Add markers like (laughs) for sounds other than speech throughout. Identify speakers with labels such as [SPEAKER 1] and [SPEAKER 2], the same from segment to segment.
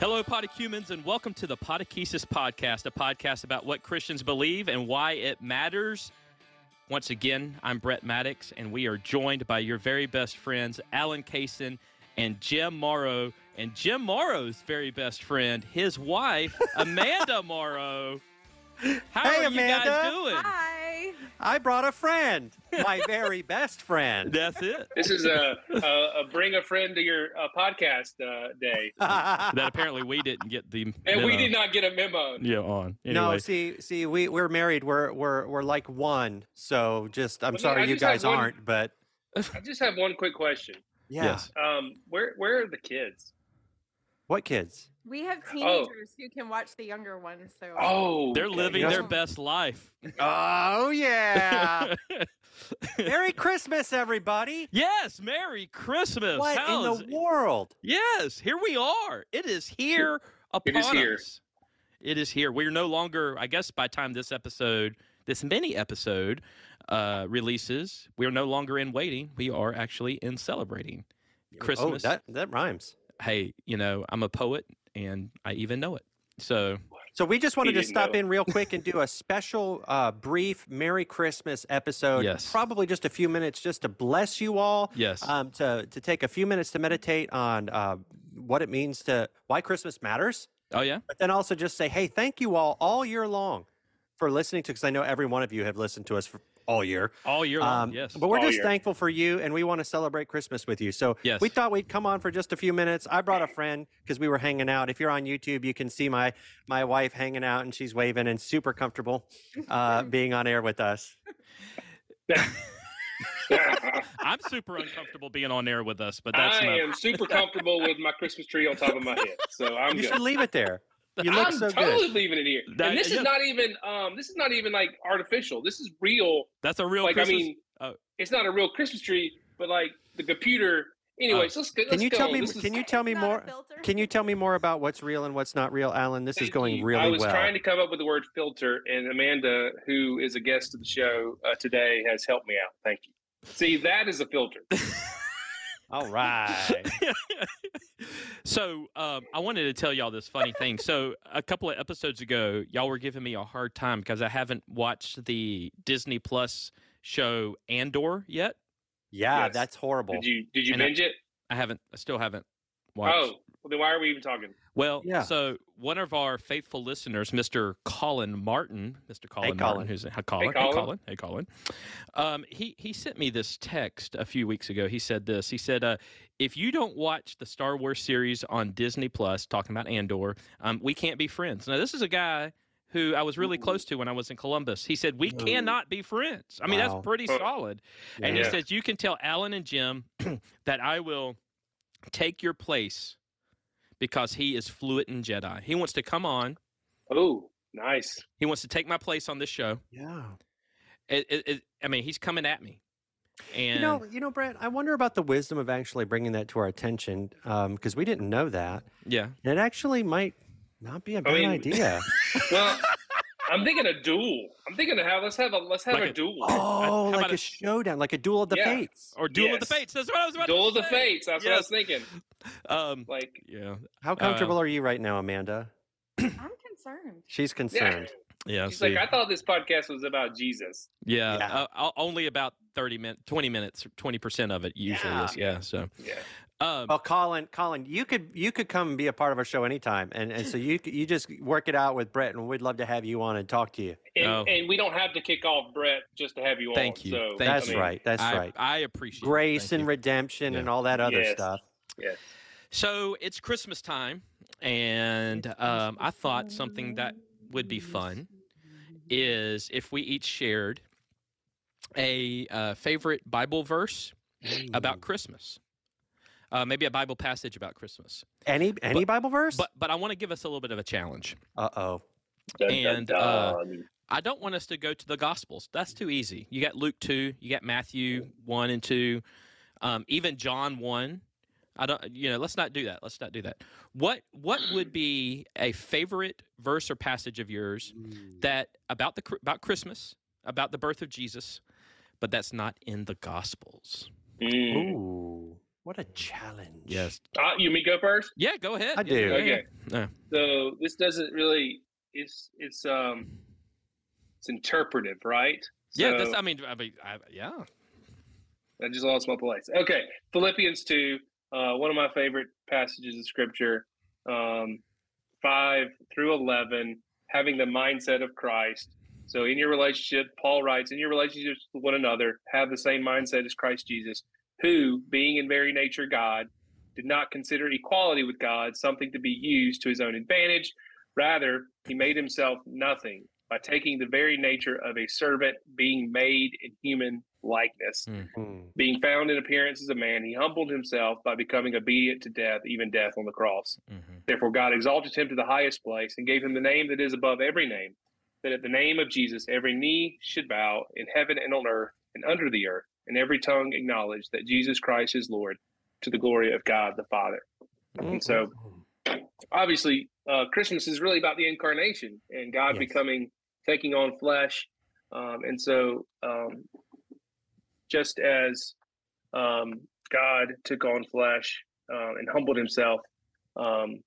[SPEAKER 1] Hello, Podocumens, and welcome to the Podokesis Podcast, a podcast about what Christians believe and why it matters. Once again, I'm Brett Maddox, and we are joined by your very best friends, Alan Kaysen and Jim Morrow. And Jim Morrow's very best friend, his wife,
[SPEAKER 2] (laughs)
[SPEAKER 1] Amanda Morrow. How
[SPEAKER 2] Hey,
[SPEAKER 1] are
[SPEAKER 2] Amanda.
[SPEAKER 1] you guys doing?
[SPEAKER 3] Hi.
[SPEAKER 2] I brought a friend, my very best friend. (laughs)
[SPEAKER 1] That's it.
[SPEAKER 4] This is a, a, a bring a friend to your uh, podcast uh, day,
[SPEAKER 1] That apparently we didn't get the.
[SPEAKER 4] and we
[SPEAKER 1] memo.
[SPEAKER 4] did not get a memo.
[SPEAKER 1] Yeah, on. Anyway.
[SPEAKER 2] No, see, see, we we're married. We're we're we're like one. So just, I'm
[SPEAKER 4] Well,
[SPEAKER 2] sorry
[SPEAKER 4] I
[SPEAKER 2] you
[SPEAKER 4] just had
[SPEAKER 2] guys
[SPEAKER 4] one-
[SPEAKER 2] aren't, but
[SPEAKER 4] I just have one quick question.
[SPEAKER 2] yeah.
[SPEAKER 1] Yes.
[SPEAKER 4] Um, where where are the kids?
[SPEAKER 2] What
[SPEAKER 4] (laughs)
[SPEAKER 2] kids?
[SPEAKER 3] We have teenagers who can watch the younger ones. So
[SPEAKER 4] Oh,
[SPEAKER 1] They're
[SPEAKER 4] okay.
[SPEAKER 1] living
[SPEAKER 2] Yes.
[SPEAKER 1] their best life. (laughs)
[SPEAKER 2] Oh yeah! Merry Christmas, everybody!
[SPEAKER 1] Yes, Merry Christmas.
[SPEAKER 2] What
[SPEAKER 1] How is-
[SPEAKER 2] in the world?
[SPEAKER 1] Yes, here we are. It is here upon
[SPEAKER 4] It is here.
[SPEAKER 1] us. It is here. We're no longer, I guess, by the time this episode, this mini episode, uh, releases, we are no longer in waiting. We are actually in celebrating Christmas.
[SPEAKER 2] Oh, that that rhymes.
[SPEAKER 1] hey, you know, I'm a poet and I even know it. So
[SPEAKER 2] So we just wanted
[SPEAKER 4] He
[SPEAKER 2] to
[SPEAKER 4] didn't
[SPEAKER 2] stop
[SPEAKER 4] know.
[SPEAKER 2] in real quick and do a special, uh, brief Merry Christmas episode.
[SPEAKER 1] Yes.
[SPEAKER 2] Probably just a few minutes, just to bless you all.
[SPEAKER 1] Yes.
[SPEAKER 2] Um, to to take a few minutes to meditate on uh, what it means to why Christmas matters,
[SPEAKER 1] oh yeah?
[SPEAKER 2] but then also just say, hey, thank you all all year long for listening to. Because I know every one of you have listened to us for all year.
[SPEAKER 1] All year long,
[SPEAKER 2] Um,
[SPEAKER 1] yes.
[SPEAKER 2] But we're
[SPEAKER 4] All
[SPEAKER 2] just
[SPEAKER 4] year.
[SPEAKER 2] thankful for you, and we want to celebrate Christmas with you. So
[SPEAKER 1] Yes.
[SPEAKER 2] we thought we'd come on for just a few minutes. I brought a friend because we were hanging out. If you're on YouTube, you can see my my wife hanging out, and she's waving and super comfortable
[SPEAKER 4] (laughs)
[SPEAKER 2] uh, being on air with us.
[SPEAKER 4] (laughs)
[SPEAKER 1] I'm super uncomfortable being on air with us, but that's
[SPEAKER 4] I
[SPEAKER 1] not
[SPEAKER 4] am super comfortable with my Christmas tree on top of my head, so I'm
[SPEAKER 2] You
[SPEAKER 4] good.
[SPEAKER 2] should leave
[SPEAKER 1] (laughs)
[SPEAKER 2] it there. You look
[SPEAKER 4] I'm
[SPEAKER 2] so
[SPEAKER 4] totally
[SPEAKER 2] good.
[SPEAKER 4] leaving it here.
[SPEAKER 1] That-
[SPEAKER 4] and this
[SPEAKER 1] yeah.
[SPEAKER 4] is not even um, this is not even like artificial. This is real.
[SPEAKER 1] that's a real
[SPEAKER 4] like
[SPEAKER 1] Christmas.
[SPEAKER 4] I mean,
[SPEAKER 1] Oh.
[SPEAKER 4] it's not a real Christmas tree, but like the computer.
[SPEAKER 1] Oh.
[SPEAKER 4] Anyways, let's go.
[SPEAKER 2] Can you tell me?
[SPEAKER 4] This is-
[SPEAKER 2] Can you tell me more? Can you tell me more about what's real and what's not real, Alan? This is
[SPEAKER 4] Thank
[SPEAKER 2] going
[SPEAKER 4] you.
[SPEAKER 2] really
[SPEAKER 4] I was
[SPEAKER 2] well.
[SPEAKER 4] trying to come up with the word filter, and Amanda, who is a guest of the show uh, today, has helped me out. Thank you. See, that is a filter.
[SPEAKER 2] All
[SPEAKER 4] (laughs)
[SPEAKER 2] right.
[SPEAKER 1] so um, I wanted to tell y'all this funny thing. So a couple of episodes ago, y'all were giving me a hard time because I haven't watched the Disney Plus show Andor yet.
[SPEAKER 2] Yeah,
[SPEAKER 4] Yes.
[SPEAKER 2] that's horrible.
[SPEAKER 4] Did you did you
[SPEAKER 1] And I-
[SPEAKER 4] binge it?
[SPEAKER 1] I haven't. I still haven't watched.
[SPEAKER 4] Oh, well, then why are we even talking?
[SPEAKER 1] Well,
[SPEAKER 2] Yeah.
[SPEAKER 1] so one of our faithful listeners, Mr. Colin Martin, Mr. Colin Martin,
[SPEAKER 2] Colin.
[SPEAKER 1] who's hi, Colin, hey,
[SPEAKER 4] Colin.
[SPEAKER 1] Colin, hey Colin, um, he he sent me this text a few weeks ago. He said this. He said, uh, "If you don't watch the Star Wars series on Disney Plus, talking about Andor, um, we can't be friends." Now, this is a guy who I was really
[SPEAKER 4] Ooh.
[SPEAKER 1] close to when I was in Columbus. He said, "We
[SPEAKER 4] Ooh.
[SPEAKER 1] cannot be friends." I mean,
[SPEAKER 2] Wow.
[SPEAKER 1] that's pretty
[SPEAKER 4] Huh.
[SPEAKER 1] solid. And
[SPEAKER 4] Yeah.
[SPEAKER 1] he says, You can tell Alan and Jim (clears throat) that I will take your place because he is fluent in Jedi. He wants to come on.
[SPEAKER 4] Oh, nice.
[SPEAKER 1] He wants to take my place on this show.
[SPEAKER 2] yeah.
[SPEAKER 1] It- it- it- I mean, he's coming at me. And
[SPEAKER 2] You know, you know, Brent. I wonder about the wisdom of actually bringing that to our attention because we didn't know that,
[SPEAKER 1] yeah.
[SPEAKER 2] and it actually might not be a bad
[SPEAKER 4] mean- (laughs)
[SPEAKER 2] idea.
[SPEAKER 4] Well, I'm thinking a duel. I'm thinking of how let's have a let's have
[SPEAKER 1] Like
[SPEAKER 4] a,
[SPEAKER 1] a-
[SPEAKER 4] duel.
[SPEAKER 2] oh,
[SPEAKER 1] how
[SPEAKER 2] like
[SPEAKER 1] about
[SPEAKER 2] a,
[SPEAKER 1] a-
[SPEAKER 2] showdown, like a duel of the
[SPEAKER 4] Yeah.
[SPEAKER 2] fates.
[SPEAKER 1] Or Duel of the
[SPEAKER 4] Yes.
[SPEAKER 1] Fates. That's what I was about
[SPEAKER 4] Duel of
[SPEAKER 1] to
[SPEAKER 4] the
[SPEAKER 1] say.
[SPEAKER 4] Fates. That's what I was thinking.
[SPEAKER 1] Um,
[SPEAKER 4] Like,
[SPEAKER 1] yeah.
[SPEAKER 2] How comfortable are you right now, Amanda?
[SPEAKER 3] I'm concerned.
[SPEAKER 2] She's
[SPEAKER 4] yeah.
[SPEAKER 2] concerned.
[SPEAKER 1] Yeah.
[SPEAKER 4] She's
[SPEAKER 1] see.
[SPEAKER 4] like, I thought this podcast was about Jesus.
[SPEAKER 1] yeah.
[SPEAKER 2] Yeah.
[SPEAKER 1] Uh, o- only about 30 minutes, 20 minutes, 20% of it usually
[SPEAKER 2] Yeah. Oh,
[SPEAKER 1] is. Yeah. So,
[SPEAKER 4] Yeah.
[SPEAKER 1] um,
[SPEAKER 2] Well, Colin, Colin, you could you could come and be a part of our show anytime, and and so you c- you just work it out with Brett, and we'd love to have you on and talk to you.
[SPEAKER 4] And,
[SPEAKER 1] Oh.
[SPEAKER 4] and we don't have to kick off Brett just to have you
[SPEAKER 1] Thank
[SPEAKER 4] on.
[SPEAKER 1] you.
[SPEAKER 4] So,
[SPEAKER 1] Thank
[SPEAKER 4] I
[SPEAKER 2] That's
[SPEAKER 1] you.
[SPEAKER 4] mean,
[SPEAKER 2] right. That's
[SPEAKER 1] I,
[SPEAKER 2] right.
[SPEAKER 1] I appreciate it.
[SPEAKER 2] Grace
[SPEAKER 1] Thank you.
[SPEAKER 2] and redemption
[SPEAKER 1] Yeah.
[SPEAKER 2] and all that other
[SPEAKER 4] Yes.
[SPEAKER 2] stuff.
[SPEAKER 1] So it's Christmas time, and um, I thought something that would be fun is if we each shared a uh, favorite Bible verse
[SPEAKER 4] Mm.
[SPEAKER 1] about Christmas, uh, maybe a Bible passage about Christmas.
[SPEAKER 2] any any Bible verse?
[SPEAKER 1] But but I want to give us a little bit of a challenge.
[SPEAKER 2] uh oh.
[SPEAKER 4] Dun, dun,
[SPEAKER 1] And, uh,
[SPEAKER 4] dun.
[SPEAKER 1] I don't want us to go to the Gospels. That's too easy. You got Luke two, you got Matthew one and two, um, even John one. I don't. You know, let's not do that. Let's not do that. What What would be a favorite verse or passage of yours that about the Chri- about Christmas, about the birth of Jesus, but that's not in the Gospels?
[SPEAKER 4] Mm.
[SPEAKER 2] Ooh, what a challenge.
[SPEAKER 4] Uh, you want me to go first?
[SPEAKER 1] Yeah. Go ahead.
[SPEAKER 2] I
[SPEAKER 1] Yeah,
[SPEAKER 2] do.
[SPEAKER 1] yeah, yeah.
[SPEAKER 4] Okay. So this doesn't really. It's it's um. It's interpretive, right?
[SPEAKER 1] Yeah.
[SPEAKER 4] So-
[SPEAKER 1] That's. I mean. I mean. I, yeah.
[SPEAKER 4] I just lost my place. Okay, Philippians two, uh, one of my favorite passages of scripture, um, five through eleven, having the mindset of Christ. So in your relationship, Paul writes, in your relationships with one another, have the same mindset as Christ Jesus, who, being in very nature God, did not consider equality with God something to be used to his own advantage. Rather, he made himself nothing by taking the very nature of a servant, being made in human likeness.
[SPEAKER 2] Hmm.
[SPEAKER 4] Being found in appearance as a man, he humbled himself by becoming obedient to death, even death on the cross.
[SPEAKER 2] Mm-hmm.
[SPEAKER 1] Mhm.
[SPEAKER 4] Therefore, God exalted him to the highest place and gave him the name that is above every name, that at the name of Jesus every knee should bow in heaven and on earth and under the earth, and every tongue acknowledge that Jesus Christ is Lord to the glory of God the Father.
[SPEAKER 2] mm,
[SPEAKER 4] And so, obviously, uh, Christmas is really about the incarnation and God
[SPEAKER 2] Yes.
[SPEAKER 4] becoming, taking on flesh. Um, and so, um, just as um, God took on flesh uh, and humbled himself, um,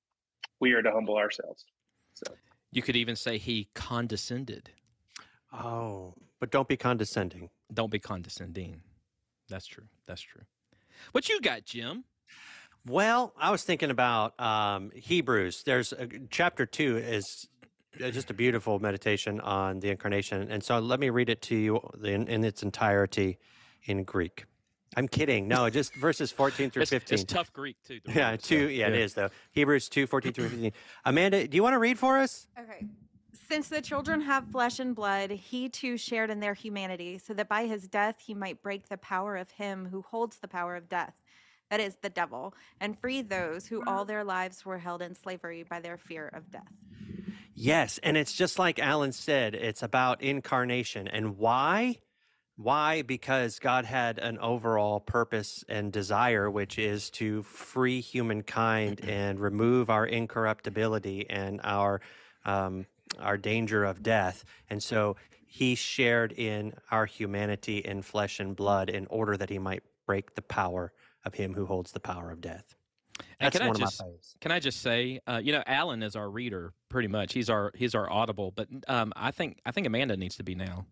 [SPEAKER 4] we are to humble ourselves. So,
[SPEAKER 1] You could even say he condescended.
[SPEAKER 2] Oh, but don't be condescending.
[SPEAKER 1] Don't be condescending. That's true. That's true. What you got, Jim?
[SPEAKER 2] Well, I was thinking about um, Hebrews. There's a, chapter two is uh, just a beautiful meditation on the incarnation, and so let me read it to you in, in its entirety in Greek. I'm kidding. No, just verses 14 through
[SPEAKER 1] It's,
[SPEAKER 2] 15.
[SPEAKER 1] it's tough Greek too. to
[SPEAKER 2] yeah,
[SPEAKER 1] read, so,
[SPEAKER 2] two. Yeah, it is though. Hebrews 2, 14 through 15. Amanda, do you want to read for us?
[SPEAKER 3] Okay. Since the children have flesh and blood, he too shared in their humanity, so that by his death he might break the power of him who holds the power of death, that is, the devil, and free those who all their lives were held in slavery by their fear of death.
[SPEAKER 2] Yes, and it's just like Alan said, it's about incarnation. And why? Why? Because God had an overall purpose and desire, which is to free humankind and remove our incorruptibility and our um, our danger of death. And so He shared in our humanity in flesh and blood in order that He might break the power of Him who holds the power of death.
[SPEAKER 1] And
[SPEAKER 2] That's
[SPEAKER 1] can I
[SPEAKER 2] one
[SPEAKER 1] just
[SPEAKER 2] of my faves.
[SPEAKER 1] can I just say, uh, you know, Alan is our reader pretty much. He's our he's our audible, but um, I think I think Amanda needs to be now.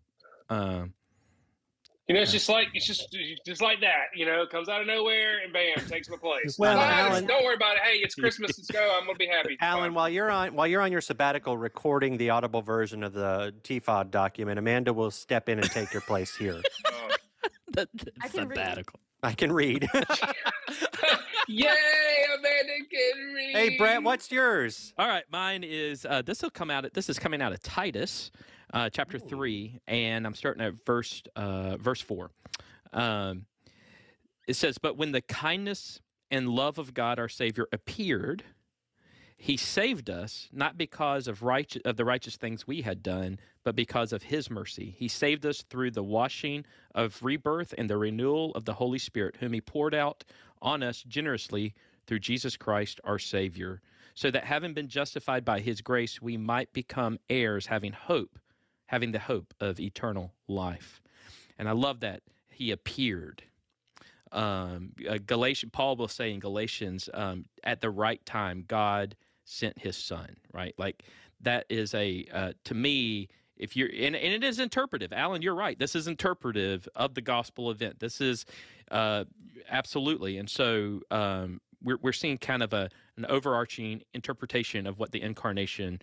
[SPEAKER 1] Um, (laughs)
[SPEAKER 4] you know, it's just like it's just it's just like that. You know, comes out of nowhere and bam, takes my place.
[SPEAKER 2] Well,
[SPEAKER 4] Ah,
[SPEAKER 2] Alan-
[SPEAKER 4] don't worry about it. Hey, it's Christmas. Let's go. I'm gonna be
[SPEAKER 2] (laughs)
[SPEAKER 4] happy.
[SPEAKER 2] Alan,
[SPEAKER 4] Fine.
[SPEAKER 2] while you're on while you're on your sabbatical recording the audible version of the TFOD document, Amanda will step in and take your place here.
[SPEAKER 4] Oh.
[SPEAKER 1] Uh, that,
[SPEAKER 3] I can read.
[SPEAKER 1] sabbatical.
[SPEAKER 2] I can read. (laughs)
[SPEAKER 4] Yay, Amanda can read.
[SPEAKER 2] hey Brett, what's yours?
[SPEAKER 1] All right, mine is uh, this will come out. This is coming out of Titus, uh, chapter
[SPEAKER 2] Ooh.
[SPEAKER 1] three, and I'm starting at verse uh, verse four. Um, it says, "But when the kindness and love of God our Savior appeared, He saved us not because of righteous of the righteous things we had done, but because of His mercy. He saved us through the washing of rebirth and the renewal of the Holy Spirit, whom He poured out on us generously through Jesus Christ our Savior." so that having been justified by his grace, we might become heirs, having hope, having the hope of eternal life. And I love that he appeared. Um, uh, Galatian, Paul will say in Galatians, um, at the right time, God sent his son, right? Like that is a, uh, to me, if you're, and, and it is interpretive. Alan, you're right. This is interpretive of the gospel event. This is uh, absolutely. And so um, we're, we're seeing kind of a, an overarching interpretation of what the incarnation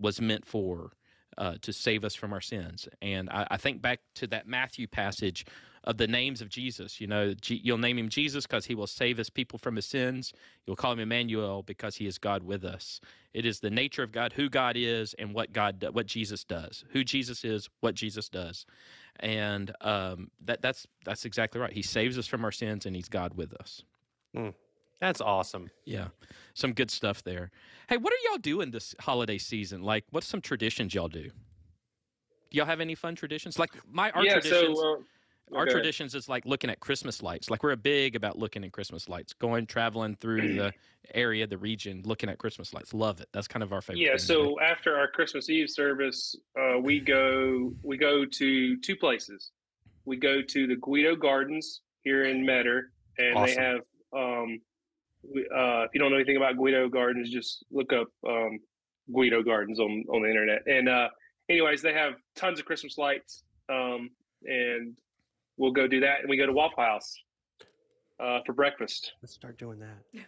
[SPEAKER 1] was meant for uh, to save us from our sins. And I, I think back to that Matthew passage of the names of Jesus. You know, G- you'll name him Jesus because he will save his people from his sins. You'll call him Emmanuel because he is God with us. It is the nature of God, who God is, and what God, do- what Jesus does. Who Jesus is, what Jesus does, and um, that that's that's exactly right. He saves us from our sins, and he's God with us.
[SPEAKER 2] That's awesome.
[SPEAKER 1] Yeah. Some good stuff there. Hey, what are y'all doing this holiday season? Like, what's some traditions y'all do? Do y'all have any fun traditions? Like, my art
[SPEAKER 4] yeah, so
[SPEAKER 1] traditions.
[SPEAKER 4] uh,
[SPEAKER 1] our
[SPEAKER 4] okay.
[SPEAKER 1] traditions is like looking at Christmas lights. Like we're big about looking at Christmas lights, going traveling through
[SPEAKER 4] (clears throat)
[SPEAKER 1] the area, the region, looking at Christmas lights. Love it. That's kind of our favorite.
[SPEAKER 4] yeah
[SPEAKER 1] thing to do.
[SPEAKER 4] so after our christmas eve service uh, we go we go to two places we go to the guido gardens here in metter and
[SPEAKER 2] Awesome.
[SPEAKER 4] they have um we, uh, if you don't know anything about guido gardens just look up um, guido gardens on on the internet and uh anyways they have tons of christmas lights um and we'll go do that and we go to waffle house uh, for breakfast
[SPEAKER 2] Let's start doing that.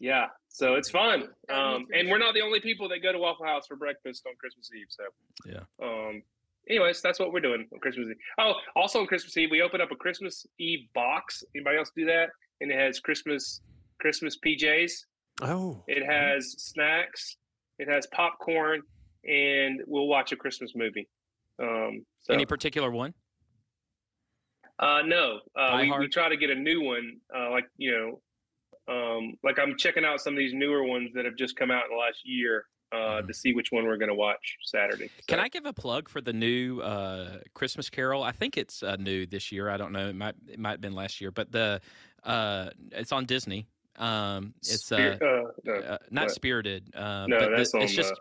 [SPEAKER 4] yeah, so it's fun.
[SPEAKER 3] Yeah, me
[SPEAKER 4] Um,
[SPEAKER 3] too.
[SPEAKER 4] and we're not the only people that go to Waffle House for breakfast on Christmas Eve. So
[SPEAKER 1] Yeah.
[SPEAKER 4] Um, anyways, that's what we're doing on Christmas Eve. Oh, also on Christmas Eve, we open up a Christmas Eve box. Anybody else do that? And it has Christmas Christmas PJs.
[SPEAKER 2] Oh,
[SPEAKER 4] It
[SPEAKER 1] Mm-hmm.
[SPEAKER 4] has snacks. It has popcorn, and we'll watch a Christmas movie. Um, so
[SPEAKER 1] Any particular one?
[SPEAKER 4] uh, no, uh,
[SPEAKER 1] Die
[SPEAKER 4] we, we
[SPEAKER 1] Hard?
[SPEAKER 4] try to get a new one. Uh, like you know, um, like I'm checking out some of these newer ones that have just come out in the last year uh,
[SPEAKER 1] Mhm.
[SPEAKER 4] to see which one we're going to watch Saturday.
[SPEAKER 1] Can
[SPEAKER 4] So,
[SPEAKER 1] I give a plug for the new uh, Christmas Carol? I think it's uh, new this year. I don't know. It might it might have been last year, but the uh, it's on Disney. Um, it's uh,
[SPEAKER 4] Spirit- uh, no.
[SPEAKER 1] uh, not
[SPEAKER 4] what?
[SPEAKER 1] spirited. Uh,
[SPEAKER 4] No,
[SPEAKER 1] but the-
[SPEAKER 4] that's on,
[SPEAKER 1] it's just
[SPEAKER 4] uh,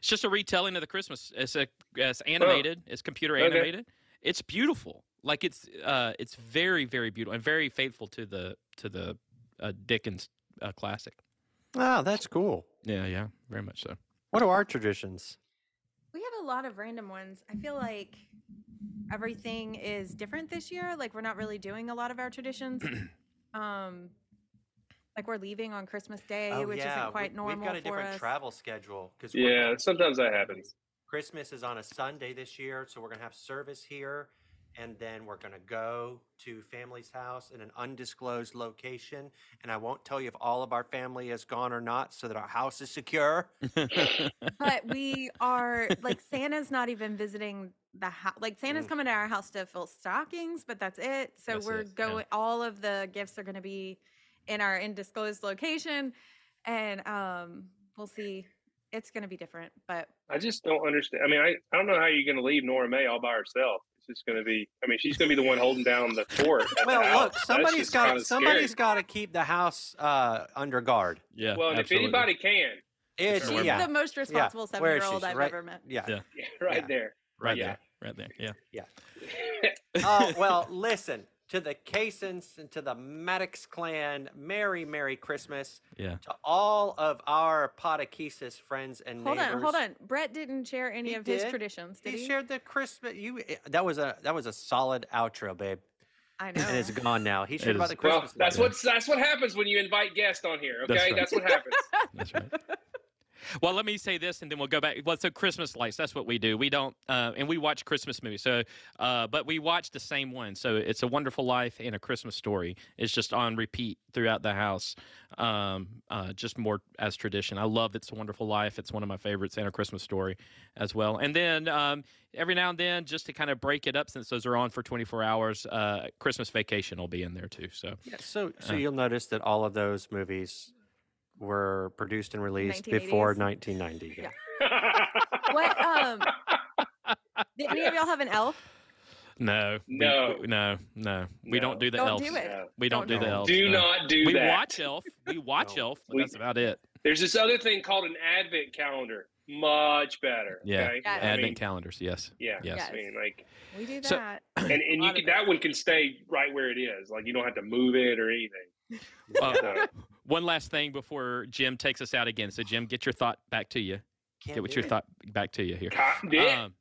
[SPEAKER 1] it's just a retelling of the Christmas. It's a it's animated. It's computer
[SPEAKER 4] Oh. Okay.
[SPEAKER 1] animated. It's beautiful. Like it's uh it's very very beautiful and very faithful to the to the uh, Dickens uh, classic.
[SPEAKER 2] wow, Ah, that's cool.
[SPEAKER 1] Yeah, yeah, very much
[SPEAKER 4] (laughs)
[SPEAKER 1] so. (laughs)
[SPEAKER 2] What are our traditions?
[SPEAKER 3] We have a lot of random ones. I feel like everything is different this year. Like we're not really doing a lot of
[SPEAKER 2] (clears throat)
[SPEAKER 3] our traditions. um, like we're leaving on Christmas Day, which isn't quite normal
[SPEAKER 2] Oh, We've got a
[SPEAKER 3] for
[SPEAKER 2] different
[SPEAKER 3] us.
[SPEAKER 2] travel schedule because
[SPEAKER 4] yeah, sometimes that happens.
[SPEAKER 2] Christmas is on a Sunday this year, so we're gonna have service here, and then we're gonna go to family's house in an undisclosed location, and I won't tell you if all of our family is gone or not, so that our house is secure.
[SPEAKER 3] But we are
[SPEAKER 2] (laughs)
[SPEAKER 3] like Santa's not even visiting the house. Like Santa's
[SPEAKER 2] Mm.
[SPEAKER 3] coming to our house to fill stockings, but that's it. So
[SPEAKER 1] That's
[SPEAKER 3] we're
[SPEAKER 1] it, yeah.
[SPEAKER 3] going. All of the gifts are going to be in our undisclosed location, and um, we'll see. It's going to be different, but
[SPEAKER 4] I just don't understand. I mean, I, I don't know how you're going to leave Nora May all by herself. It's just going to be. I mean, she's going to be the one holding down the fort. at the
[SPEAKER 2] Well,
[SPEAKER 4] house.
[SPEAKER 2] look,
[SPEAKER 4] That's
[SPEAKER 2] somebody's
[SPEAKER 4] just
[SPEAKER 2] got
[SPEAKER 4] kinda scary.
[SPEAKER 2] somebody's got to keep the house uh, under guard.
[SPEAKER 1] yeah.
[SPEAKER 4] Well, and if
[SPEAKER 1] absolutely.
[SPEAKER 4] anybody can, (laughs)
[SPEAKER 2] It's
[SPEAKER 1] Sure.
[SPEAKER 3] she's
[SPEAKER 2] yeah,
[SPEAKER 3] the most
[SPEAKER 2] Where
[SPEAKER 3] responsible
[SPEAKER 2] is
[SPEAKER 3] seven year
[SPEAKER 2] she?
[SPEAKER 3] old
[SPEAKER 2] She's
[SPEAKER 3] I've
[SPEAKER 2] right-
[SPEAKER 3] ever met.
[SPEAKER 2] yeah.
[SPEAKER 1] Yeah.
[SPEAKER 4] right
[SPEAKER 2] Yeah.
[SPEAKER 4] there.
[SPEAKER 1] right
[SPEAKER 2] yeah.
[SPEAKER 1] there, right there, yeah.
[SPEAKER 4] (laughs)
[SPEAKER 2] oh well, listen to the Casons and to the Maddox clan. Merry, Merry Christmas
[SPEAKER 1] Yeah.
[SPEAKER 2] to all of our Podokesis friends and
[SPEAKER 3] Hold
[SPEAKER 2] neighbors.
[SPEAKER 3] on, hold on. Brett didn't share any
[SPEAKER 2] He
[SPEAKER 3] of
[SPEAKER 2] did.
[SPEAKER 3] his traditions, did
[SPEAKER 2] He
[SPEAKER 3] he?
[SPEAKER 2] shared the Christmas. You eh, that was a that was a solid outro, babe, (laughs)
[SPEAKER 3] I know.
[SPEAKER 2] and it's gone now. He shared
[SPEAKER 1] It
[SPEAKER 2] about
[SPEAKER 1] is.
[SPEAKER 2] the
[SPEAKER 4] Well,
[SPEAKER 2] Christmas.
[SPEAKER 4] that's
[SPEAKER 2] lights.
[SPEAKER 4] what's that's what happens when you invite guests on here.
[SPEAKER 1] That's
[SPEAKER 4] Okay,
[SPEAKER 1] right.
[SPEAKER 4] that's what happens.
[SPEAKER 1] That's right. Well, let me say this, and then we'll go back. Well, so Christmas lights. That's what we do. We don't, uh, and we watch Christmas movies. So, uh, but we watch the same one. So it's a Wonderful Life and a Christmas Story. It's just on repeat throughout the house. Um, uh, just more as tradition. I love It's a Wonderful Life. It's one of my favorites, and a Christmas Story as well. And then um, every now and then, just to kind of break it up, since those are on for 24 hours, uh, Christmas Vacation will be in there too. So
[SPEAKER 2] Yeah, so so
[SPEAKER 1] Uh.
[SPEAKER 2] you'll notice that all of those movies were produced and released before
[SPEAKER 3] 1980s?
[SPEAKER 2] 1990. Yeah.
[SPEAKER 3] Yeah. (laughs) What,
[SPEAKER 2] (laughs)
[SPEAKER 3] um, Did any of y'all have an elf?
[SPEAKER 1] no, we-
[SPEAKER 4] No.
[SPEAKER 1] we- no, no, we
[SPEAKER 4] No.
[SPEAKER 1] don't do the
[SPEAKER 3] Don't
[SPEAKER 1] elves.
[SPEAKER 3] do it.
[SPEAKER 4] No.
[SPEAKER 1] We don't, do
[SPEAKER 3] Don't
[SPEAKER 1] the
[SPEAKER 2] do it.
[SPEAKER 1] elves.
[SPEAKER 4] Do
[SPEAKER 1] no.
[SPEAKER 4] not do
[SPEAKER 1] we
[SPEAKER 4] that.
[SPEAKER 1] watch Elf. We
[SPEAKER 4] (laughs)
[SPEAKER 1] watch
[SPEAKER 2] No.
[SPEAKER 1] Elf, but
[SPEAKER 4] We-
[SPEAKER 1] that's about it.
[SPEAKER 4] There's this other thing called an advent calendar. Much better.
[SPEAKER 1] Yeah,
[SPEAKER 4] Okay?
[SPEAKER 3] Yes.
[SPEAKER 4] I
[SPEAKER 1] Advent
[SPEAKER 4] mean,
[SPEAKER 1] calendars,
[SPEAKER 4] (laughs)
[SPEAKER 1] yes.
[SPEAKER 4] yeah.
[SPEAKER 1] Yes.
[SPEAKER 4] I mean,
[SPEAKER 3] (clears throat)
[SPEAKER 4] like,
[SPEAKER 3] We do
[SPEAKER 1] So-
[SPEAKER 3] that.
[SPEAKER 4] and, and you
[SPEAKER 3] lot
[SPEAKER 4] can,
[SPEAKER 3] of
[SPEAKER 4] that one can stay right where it is. Like, you don't have to move it or anything.
[SPEAKER 1] Uh, (laughs)
[SPEAKER 4] So,
[SPEAKER 1] one last thing before Jim takes us out again. So Jim, get your thought back to you.
[SPEAKER 2] Can't
[SPEAKER 1] Get what
[SPEAKER 2] do
[SPEAKER 1] your
[SPEAKER 2] it.
[SPEAKER 1] thought back to you here.
[SPEAKER 4] cotton dick.
[SPEAKER 1] Um,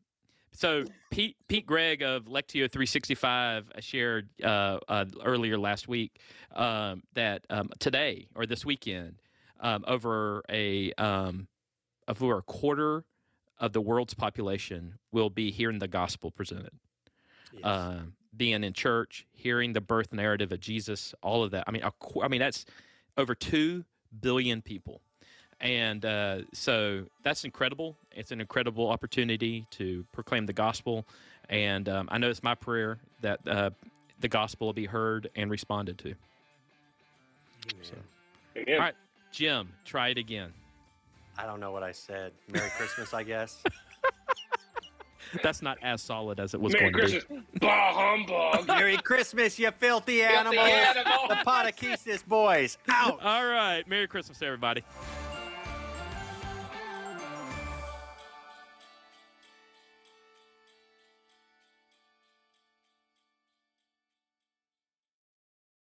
[SPEAKER 1] so Pete Pete Gregg of Lectio 365 shared uh, uh, earlier last week um, that um, today or this weekend um, over a um, over a quarter of the world's population will be hearing the gospel presented.
[SPEAKER 2] Yes.
[SPEAKER 1] um, being in church, hearing the birth narrative of Jesus, all of that. I mean, a qu- I mean that's over two billion people, and uh, so that's incredible. It's an incredible opportunity to proclaim the gospel, and um, I know it's my prayer that uh, the gospel will be heard and responded to.
[SPEAKER 2] Amen.
[SPEAKER 4] Again,
[SPEAKER 1] All right. Jim, try it again.
[SPEAKER 2] I don't know what I said. Merry Christmas, I guess.
[SPEAKER 1] That's not as solid as it was
[SPEAKER 4] Merry
[SPEAKER 1] going
[SPEAKER 4] Christmas. Bah humbug.
[SPEAKER 2] Merry Christmas, you filthy animals.
[SPEAKER 4] animals.
[SPEAKER 2] The Potakesis boys.
[SPEAKER 1] to be. All right. Merry Christmas, everybody.